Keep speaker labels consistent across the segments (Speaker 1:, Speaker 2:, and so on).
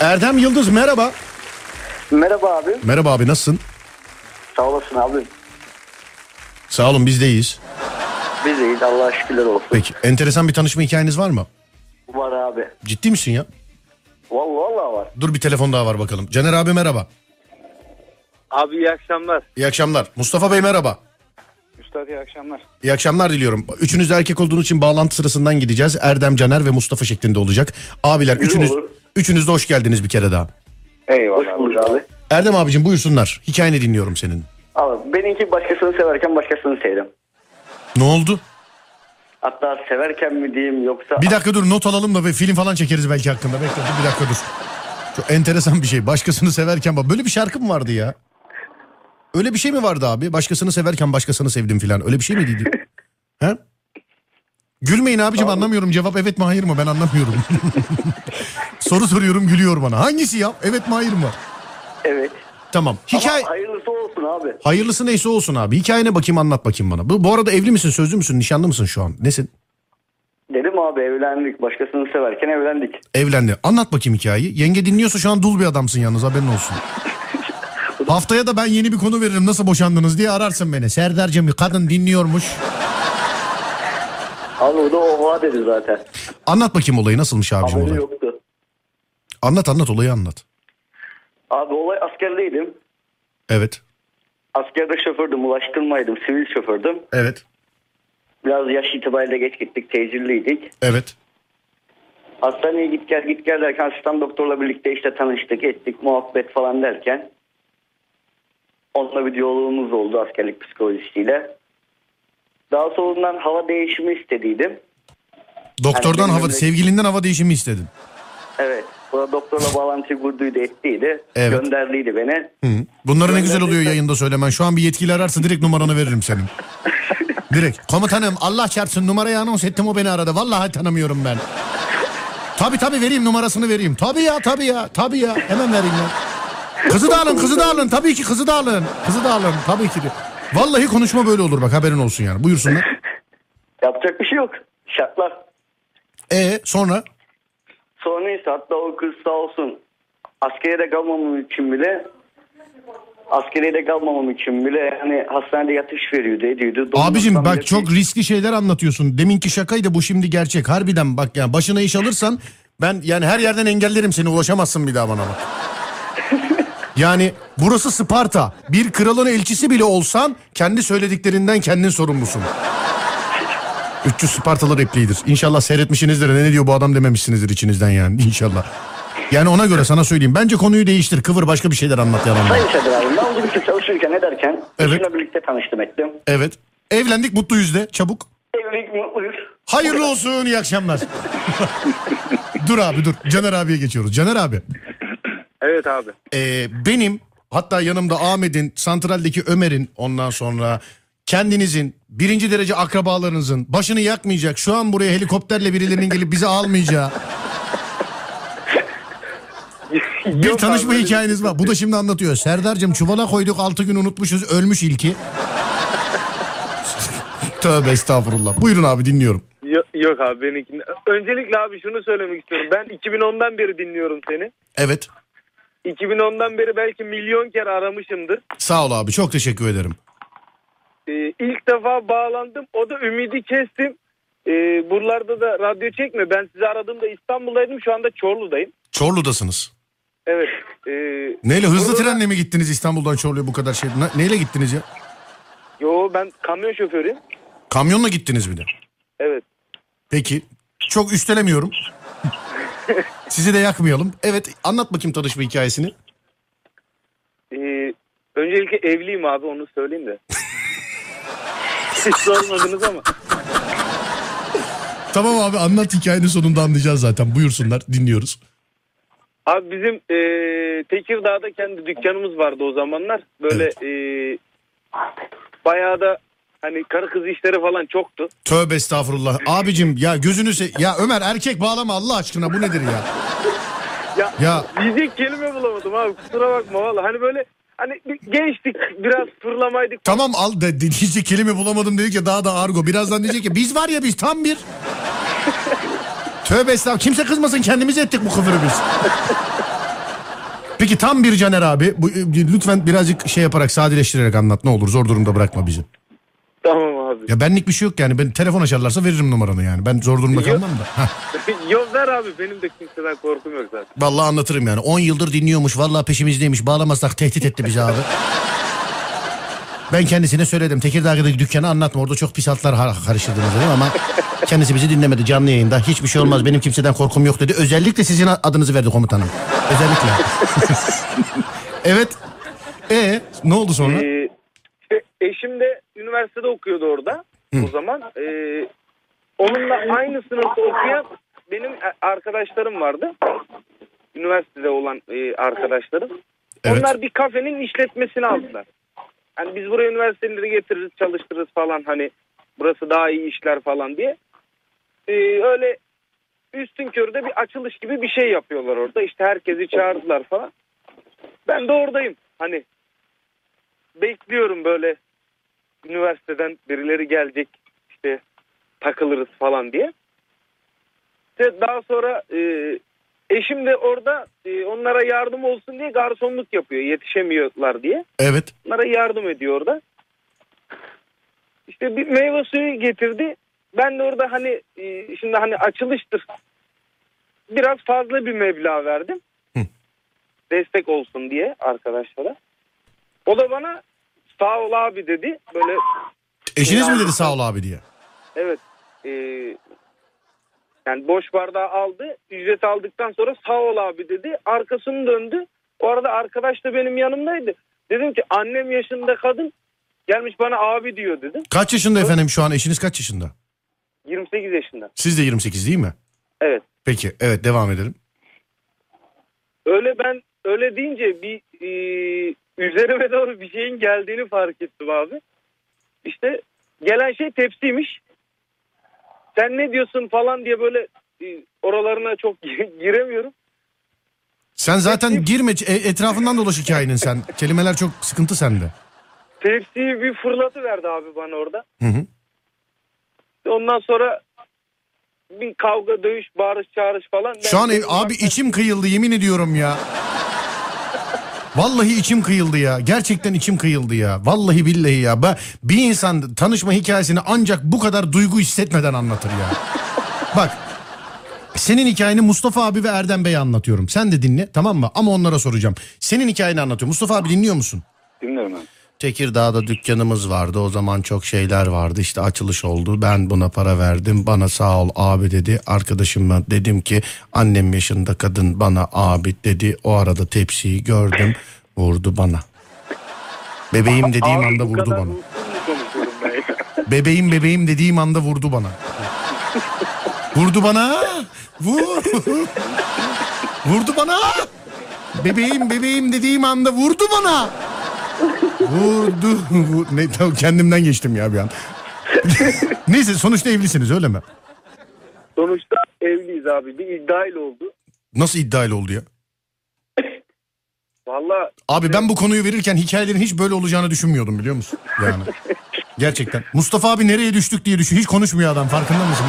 Speaker 1: Erdem Yıldız merhaba.
Speaker 2: Merhaba abi.
Speaker 1: Merhaba abi nasılsın?
Speaker 2: Sağ olasın abi.
Speaker 1: Sağ olun biz de iyiyiz.
Speaker 2: Biz iyiyiz Allah'a şükürler olsun.
Speaker 1: Peki enteresan bir tanışma hikayeniz var mı?
Speaker 2: Var abi.
Speaker 1: Ciddi misin ya?
Speaker 2: Vallahi, vallahi var.
Speaker 1: Dur bir telefon daha var bakalım. Caner abi merhaba.
Speaker 3: Abi iyi akşamlar.
Speaker 1: İyi akşamlar. Mustafa Bey merhaba.
Speaker 3: Üstad iyi akşamlar.
Speaker 1: İyi akşamlar diliyorum. Üçünüz de erkek olduğunuz için bağlantı sırasından gideceğiz. Erdem, Caner ve Mustafa şeklinde olacak. Abiler üçünüz,
Speaker 2: olur.
Speaker 1: üçünüz de hoş geldiniz bir kere daha.
Speaker 2: Hoş
Speaker 3: Eyvallah.
Speaker 2: bulduk abi.
Speaker 1: Erdem abicim buyursunlar. Hikayeni dinliyorum senin.
Speaker 2: Abi benimki başkasını severken başkasını sevdim.
Speaker 1: Ne oldu?
Speaker 2: Hatta severken mi diyeyim yoksa...
Speaker 1: Bir dakika dur not alalım da ve film falan çekeriz belki hakkında. Bekle dur, bir dakika dur. Çok enteresan bir şey. Başkasını severken bak böyle bir şarkı mı vardı ya? Öyle bir şey mi vardı abi? Başkasını severken başkasını sevdim filan. Öyle bir şey miydi? He? Gülmeyin abicim anlamıyorum. Cevap evet mi hayır mı? Ben anlamıyorum. Soru soruyorum gülüyor bana. Hangisi ya? Evet mi hayır mı?
Speaker 2: Evet.
Speaker 1: Tamam. Hikaye...
Speaker 2: Ama hayırlısı olsun abi.
Speaker 1: Hayırlısı neyse olsun abi. Hikayene bakayım anlat bakayım bana. Bu, bu arada evli misin, sözlü müsün, nişanlı mısın şu an? Nesin?
Speaker 2: Dedim abi evlendik. Başkasını severken evlendik.
Speaker 1: Evlendi. Anlat bakayım hikayeyi. Yenge dinliyorsa şu an dul bir adamsın yalnız haberin olsun. Haftaya da ben yeni bir konu veririm nasıl boşandınız diye ararsın beni. Serdar'cığım kadın dinliyormuş.
Speaker 2: Abi o da oha dedi zaten.
Speaker 1: Anlat bakayım olayı nasılmış abicim
Speaker 2: Haberi
Speaker 1: olay.
Speaker 2: yoktu.
Speaker 1: Anlat anlat olayı anlat.
Speaker 2: Abi olay askerdeydim.
Speaker 1: Evet.
Speaker 2: Askerde şofördüm, ulaştırmaydım, sivil şofördüm.
Speaker 1: Evet.
Speaker 2: Biraz yaş itibariyle geç gittik, tecilliydik.
Speaker 1: Evet.
Speaker 2: Hastaneye git gel git gel derken asistan doktorla birlikte işte tanıştık ettik muhabbet falan derken onunla bir diyalogumuz oldu askerlik psikolojisiyle. Daha sonradan hava değişimi istediydim.
Speaker 1: Doktordan
Speaker 2: benim
Speaker 1: hava,
Speaker 2: memleket-
Speaker 1: sevgilinden hava değişimi istedin.
Speaker 2: Evet. Bu da doktorla bağlantıyı kurduydu ettiydi.
Speaker 1: Evet.
Speaker 2: Gönderdiydi beni.
Speaker 1: Hı. Bunları ne güzel oluyor yayında söylemen. Şu an bir yetkili ararsa direkt numaranı veririm senin. direkt. Komutanım Allah çarpsın numarayı anons ettim o beni aradı. Vallahi tanımıyorum ben. Tabi tabi vereyim numarasını vereyim. Tabi ya tabi ya tabi ya hemen vereyim ya. Kızı da alın kızı da alın tabii ki kızı da alın. Kızı da alın tabii ki. de. Vallahi konuşma böyle olur bak haberin olsun yani. Buyursunlar.
Speaker 2: Yapacak bir şey yok. Şartlar.
Speaker 1: E sonra
Speaker 2: Sonra neyse hatta o kız sağ olsun askere de kalmamam için bile askere de kalmamam için bile yani hastanede yatış veriyordu ediyordu.
Speaker 1: Abicim
Speaker 2: Dolmuştan bile-
Speaker 1: bak çok riskli şeyler anlatıyorsun. Deminki şakaydı bu şimdi gerçek. Harbiden bak yani başına iş alırsan ben yani her yerden engellerim seni ulaşamazsın bir daha bana bak. Yani burası Sparta. Bir kralın elçisi bile olsan kendi söylediklerinden kendin sorumlusun. 300 Spartalı repliğidir. İnşallah seyretmişsinizdir. Ne diyor bu adam dememişsinizdir içinizden yani İnşallah. Yani ona göre sana söyleyeyim. Bence konuyu değiştir. Kıvır başka bir şeyler anlat yalanlar.
Speaker 2: Sayın Şadır abi ben gibi çalışırken ederken
Speaker 1: Evet.
Speaker 2: eşimle birlikte tanıştım ettim.
Speaker 1: Evet. Evlendik mutlu yüzde. Çabuk.
Speaker 2: Evlilik mutluyuz.
Speaker 1: Hayırlı olsun iyi akşamlar. dur abi dur. Caner abiye geçiyoruz. Caner abi
Speaker 3: Evet abi.
Speaker 1: e, benim hatta yanımda Ahmet'in, Santral'deki Ömer'in ondan sonra kendinizin birinci derece akrabalarınızın başını yakmayacak şu an buraya helikopterle birilerinin gelip bizi almayacağı bir
Speaker 3: Yok
Speaker 1: tanışma
Speaker 3: abi,
Speaker 1: hikayeniz var. Bu da şimdi anlatıyor. Serdar'cığım çuvala koyduk 6 gün unutmuşuz ölmüş ilki. Tövbe estağfurullah. Buyurun abi dinliyorum.
Speaker 3: Yok, yok abi benimki. Öncelikle abi şunu söylemek istiyorum. Ben 2010'dan beri dinliyorum seni.
Speaker 1: Evet.
Speaker 3: 2010'dan beri belki milyon kere aramışımdır.
Speaker 1: Sağ ol abi çok teşekkür ederim.
Speaker 3: Ee, ilk defa bağlandım. O da ümidi kestim. Ee, buralarda da radyo çekme. Ben sizi aradığımda İstanbul'daydım. Şu anda Çorlu'dayım.
Speaker 1: Çorlu'dasınız.
Speaker 3: Evet. ee,
Speaker 1: Neyle hızlı
Speaker 3: Orada-
Speaker 1: trenle mi gittiniz İstanbul'dan Çorlu'ya bu kadar şey? Ne- Neyle gittiniz ya?
Speaker 3: yo ben kamyon şoförüyüm.
Speaker 1: Kamyonla gittiniz bir de.
Speaker 3: Evet.
Speaker 1: Peki. Çok üstelemiyorum. Sizi de yakmayalım. Evet anlat bakayım tanışma hikayesini.
Speaker 3: Ee, öncelikle evliyim abi onu söyleyeyim de. Siz sormadınız ama.
Speaker 1: Tamam abi anlat hikayenin sonunda anlayacağız zaten. Buyursunlar dinliyoruz.
Speaker 3: Abi bizim eee Tekirdağ'da kendi dükkanımız vardı o zamanlar. Böyle eee, bayağı da hani karı kız işleri falan çoktu.
Speaker 1: Tövbe estağfurullah. Abicim ya gözünü se ya Ömer erkek bağlama Allah aşkına bu nedir ya?
Speaker 3: Ya,
Speaker 1: Ya
Speaker 3: diyecek kelime bulamadım abi kusura bakma valla. Hani böyle hani bir gençtik biraz fırlamaydık.
Speaker 1: tamam al de diyecek kelime bulamadım dedi ki daha da argo. Birazdan diyecek ki biz var ya biz tam bir. Tövbe estağfurullah. Kimse kızmasın kendimiz ettik bu kıvırı biz. Peki tam bir Caner abi. Bu, e, lütfen birazcık şey yaparak sadeleştirerek anlat ne olur. Zor durumda bırakma bizi.
Speaker 3: Tamam abi.
Speaker 1: Ya benlik bir şey yok yani. Ben telefon açarlarsa veririm numaranı yani. Ben zor durumda
Speaker 3: Yok.
Speaker 1: kalmam da. Hah.
Speaker 3: yok ver abi benim de kimseden korkum yok zaten.
Speaker 1: Vallahi anlatırım yani. 10 yıldır dinliyormuş. Vallahi peşimizdeymiş. Bağlamazsak tehdit etti bizi abi. Ben kendisine söyledim. Tekirdağ'daki dükkanı anlatma. Orada çok pis hatlar har- karıştırdınız dedim ama kendisi bizi dinlemedi canlı yayında. Hiçbir şey olmaz. Benim kimseden korkum yok dedi. Özellikle sizin adınızı verdi komutanım. Özellikle. evet. E ne oldu sonra?
Speaker 3: Ee, işte eşim de üniversitede okuyordu orada o zaman. Ee, onunla aynı sınıfta okuyan benim a- arkadaşlarım vardı. Üniversitede olan e, arkadaşlarım.
Speaker 1: Evet.
Speaker 3: Onlar bir kafenin işletmesini aldılar. Yani biz buraya üniversiteleri getiririz çalıştırırız falan hani burası daha iyi işler falan diye. Ee, öyle üstün körde bir açılış gibi bir şey yapıyorlar orada. İşte herkesi çağırdılar falan. Ben de oradayım. Hani bekliyorum böyle üniversiteden birileri gelecek işte takılırız falan diye. İşte daha sonra e, eşim de orada e, onlara yardım olsun diye garsonluk yapıyor yetişemiyorlar diye.
Speaker 1: Evet.
Speaker 3: Onlara yardım ediyor orada. İşte bir meyve suyu getirdi. Ben de orada hani e, şimdi hani açılıştır. Biraz fazla bir meblağ verdim. Destek olsun diye arkadaşlara. O da bana sağ ol abi dedi. Böyle
Speaker 1: Eşiniz mi dedi sağ ol abi diye.
Speaker 3: evet e, yani boş bardağı aldı. Ücret aldıktan sonra sağ ol abi dedi. Arkasını döndü. O arada arkadaş da benim yanımdaydı. Dedim ki annem yaşında kadın gelmiş bana abi diyor dedim.
Speaker 1: Kaç yaşında efendim şu an eşiniz kaç yaşında?
Speaker 3: 28 yaşında.
Speaker 1: Siz de 28 değil mi?
Speaker 3: Evet.
Speaker 1: Peki evet devam edelim.
Speaker 3: Öyle ben öyle deyince bir e, üzerime doğru bir şeyin geldiğini fark ettim abi. İşte gelen şey tepsiymiş. Sen ne diyorsun falan diye böyle e, oralarına çok giremiyorum.
Speaker 1: Sen zaten girme e- etrafından dolaş hikayenin sen. Kelimeler çok sıkıntı sende.
Speaker 3: Tepsiyi bir fırlatı verdi abi bana orada.
Speaker 1: Hı hı.
Speaker 3: Ondan sonra bir kavga, dövüş, bağırış, çağırış falan.
Speaker 1: Şu
Speaker 3: Ben
Speaker 1: an ev-
Speaker 3: dedim,
Speaker 1: abi
Speaker 3: bak-
Speaker 1: içim kıyıldı yemin ediyorum ya. Vallahi içim kıyıldı ya. Gerçekten içim kıyıldı ya. Vallahi billahi ya. Ben, bir insan tanışma hikayesini ancak bu kadar duygu hissetmeden anlatır ya. Bak senin hikayeni Mustafa abi ve Erdem Bey'e anlatıyorum. Sen de dinle tamam mı? Ama onlara soracağım. Senin hikayeni anlatıyorum. Mustafa abi dinliyor musun?
Speaker 4: Dinliyorum abi.
Speaker 1: Tekirdağ'da dükkanımız vardı. O zaman çok şeyler vardı. İşte açılış oldu. Ben buna para verdim. Bana sağ ol abi dedi. Arkadaşıma dedim ki annem yaşında kadın bana abi dedi. O arada tepsiyi gördüm. Vurdu bana. Bebeğim dediğim
Speaker 4: Abi
Speaker 1: anda
Speaker 4: bu
Speaker 1: vurdu
Speaker 4: kadar
Speaker 1: bana.
Speaker 4: ruhsuz mu konuşuyorum ben ya?
Speaker 1: Bebeğim bebeğim dediğim anda vurdu bana. Vurdu bana. Vur. Vurdu bana. Bebeğim bebeğim dediğim anda vurdu bana. Vurdu. Vur- Ne, tamam, kendimden geçtim ya bir an. Neyse sonuçta evlisiniz öyle mi?
Speaker 3: Sonuçta evliyiz abi. Bir iddiayla oldu.
Speaker 1: Nasıl iddialı oldu ya?
Speaker 3: Valla
Speaker 1: Abi ben bu konuyu verirken hikayelerin hiç böyle olacağını düşünmüyordum biliyor musun? Yani. Gerçekten. Mustafa abi nereye düştük diye düşün. Hiç konuşmuyor adam farkında mısın?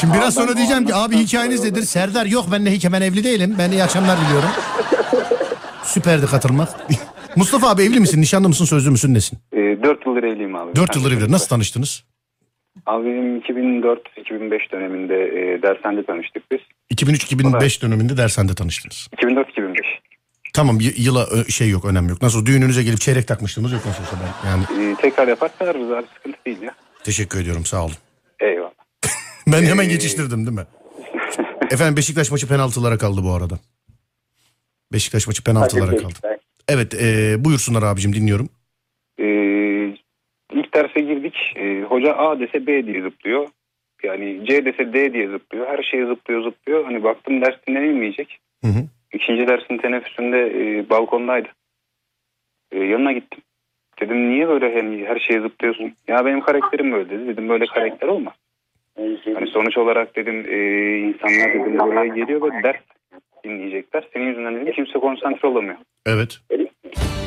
Speaker 1: Şimdi biraz sonra diyeceğim ki abi hikayeniz nedir? Serdar yok ben de hikaye- ben evli değilim. Ben iyi akşamlar diliyorum. Süperdi katılmak. Mustafa abi evli misin? Nişanlı mısın? Sözlü müsün? Nesin?
Speaker 4: Ee, 4 yıldır evliyim abi.
Speaker 1: 4 yıldır evli. Nasıl tanıştınız?
Speaker 4: Abi benim 2004-2005 döneminde e, dershanede tanıştık biz.
Speaker 1: 2003-2005 döneminde dershanede tanıştınız.
Speaker 4: 2004-2005.
Speaker 1: Tamam y- yıla ö- şey yok önem yok. Nasıl düğününüze gelip çeyrek takmıştınız yok nasıl olsa ben. Yani
Speaker 4: Ee, tekrar yaparsanız abi sıkıntı değil ya.
Speaker 1: teşekkür ediyorum sağ olun.
Speaker 4: Eyvallah.
Speaker 1: Ben hemen
Speaker 4: Ee,
Speaker 1: geçiştirdim değil mi? Efendim Beşiktaş maçı penaltılara kaldı bu arada. Beşiktaş maçı penaltılara kaldı. Evet e, buyursunlar abicim dinliyorum.
Speaker 4: Ee, ilk derse girdik. Ee, hoca A dese B diye zıplıyor. Yani C dese D diye zıplıyor. Her şeye zıplıyor zıplıyor. Hani baktım ders dinlenilmeyecek.
Speaker 1: Hı hı.
Speaker 4: İkinci dersin teneffüsünde e, balkondaydı. E, yanına gittim. Dedim niye böyle hem her şeye zıplıyorsun? Ya benim karakterim böyle dedi. Dedim böyle karakter olmaz. Hani sonuç olarak dedim e, insanlar dedim buraya geliyor ve ders dinleyecekler. Senin yüzünden dedim kimse konsantre olamıyor.
Speaker 1: Evet.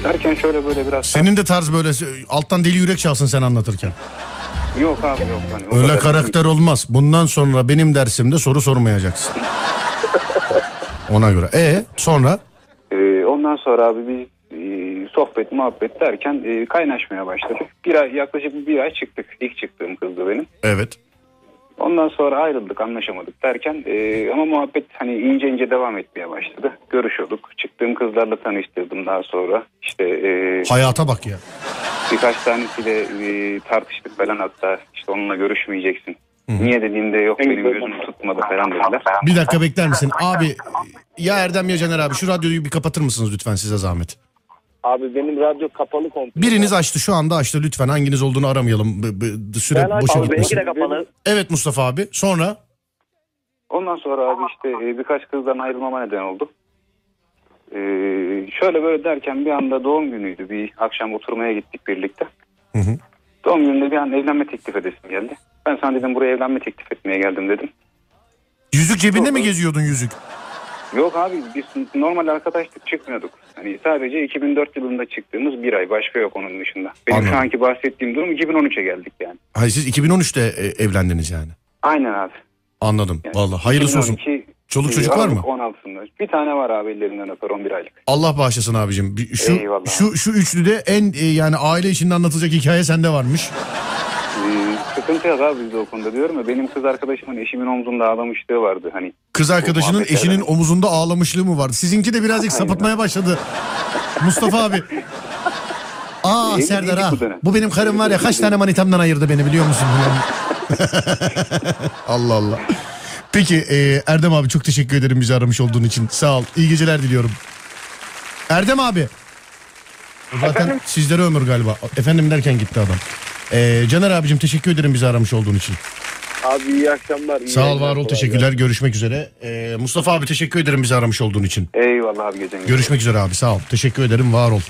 Speaker 4: Derken şöyle böyle biraz...
Speaker 1: Senin de tarz böyle e, alttan deli yürek çalsın sen anlatırken.
Speaker 4: Yok abi yok. Hani o
Speaker 1: Öyle
Speaker 4: kadar-
Speaker 1: karakter olmaz. Bundan sonra benim dersimde soru sormayacaksın. Ona göre. E sonra
Speaker 4: Ee, ondan Ondan sonra abi biz e, sohbet muhabbet derken e, kaynaşmaya başladık. Bir ay, yaklaşık bir ay çıktık. İlk çıktığım kızdı benim.
Speaker 1: Evet.
Speaker 4: Ondan sonra ayrıldık anlaşamadık derken e, ama muhabbet hani ince ince devam etmeye başladı. Görüşüyorduk. Çıktığım kızlarla tanıştırdım daha sonra. İşte e,
Speaker 1: Hayata bak ya.
Speaker 4: birkaç tanesiyle e, tartıştık falan hatta işte onunla görüşmeyeceksin. Niye dediğimde yok benim gözüm tutmadı falan dediler.
Speaker 1: Bir dakika bekler misin? Abi ya Erdem ya Caner abi şu radyoyu bir kapatır mısınız lütfen size zahmet.
Speaker 5: Abi benim radyo kapalı komple.
Speaker 1: Biriniz açtı şu anda açtı lütfen hanginiz olduğunu aramayalım. B- b- süre
Speaker 5: Ben
Speaker 1: boşa
Speaker 5: açmadım.
Speaker 1: gitmesin.
Speaker 2: Benimki de kapalı.
Speaker 1: Evet Mustafa abi sonra
Speaker 4: Ondan sonra abi işte e, birkaç kızdan ayrılmama neden oldu. E, şöyle böyle derken bir anda doğum günüydü. Bir akşam oturmaya gittik birlikte.
Speaker 1: Hı hı.
Speaker 4: Doğum gününde bir an evlenme teklif edesim geldi. Ben sana dedim buraya evlenme teklif etmeye geldim dedim.
Speaker 1: yüzük cebinde mi geziyordun yüzük?
Speaker 4: Yok abi biz normal arkadaşlık çıkmıyorduk. Hani sadece 2004 yılında çıktığımız bir ay başka yok onun dışında. Benim
Speaker 1: Anladım.
Speaker 4: şu anki bahsettiğim durum 2013'e geldik yani.
Speaker 1: Hayır siz 2013'te e, evlendiniz yani.
Speaker 4: Aynen abi.
Speaker 1: Anladım. Vallahi hayırlısı olsun.
Speaker 4: 2012
Speaker 1: Çoluk çocuk var mı?
Speaker 4: Aralık 16'sında. Bir tane var abi ellerinden öper 11 aylık.
Speaker 1: Allah bağışlasın abicim. Bir- Şu
Speaker 4: Eyvallah.
Speaker 1: şu şu üçlüde en e, yani aile içinde anlatılacak hikaye sende varmış.
Speaker 4: Ee, sıkıntı yok abi bizde o konuda diyorum ya. Benim kız arkadaşımın eşimin omzunda ağlamışlığı vardı. Hani
Speaker 1: Kız arkadaşının
Speaker 4: muhabbetlerden.
Speaker 1: eşinin omuzunda ağlamışlığı mı vardı? Sizinki de birazcık sapıtmaya başladı. Mustafa abi. Aa
Speaker 4: Evli
Speaker 1: Serdar
Speaker 4: değildik
Speaker 1: ha.
Speaker 4: bu dönem.
Speaker 1: Bu benim karım var ya kaç tane manitamdan ayırdı beni biliyor musun? Allah Allah. Peki e, Erdem abi çok teşekkür ederim bizi aramış olduğun için. Sağ ol. İyi geceler diliyorum. Erdem abi. Zaten sizlere ömür galiba. Efendim derken gitti adam. E, Caner abicim teşekkür ederim bizi aramış olduğun için.
Speaker 5: Abi iyi akşamlar. iyi
Speaker 1: Sağ ol
Speaker 5: yayınlar,
Speaker 1: var ol
Speaker 5: kolay
Speaker 1: teşekkürler görüşmek üzere. Ee, Mustafa abi teşekkür ederim bizi aramış olduğun için.
Speaker 4: eyvallah abi gecen.
Speaker 1: Görüşmek üzere abi sağ ol. Teşekkür ederim var ol.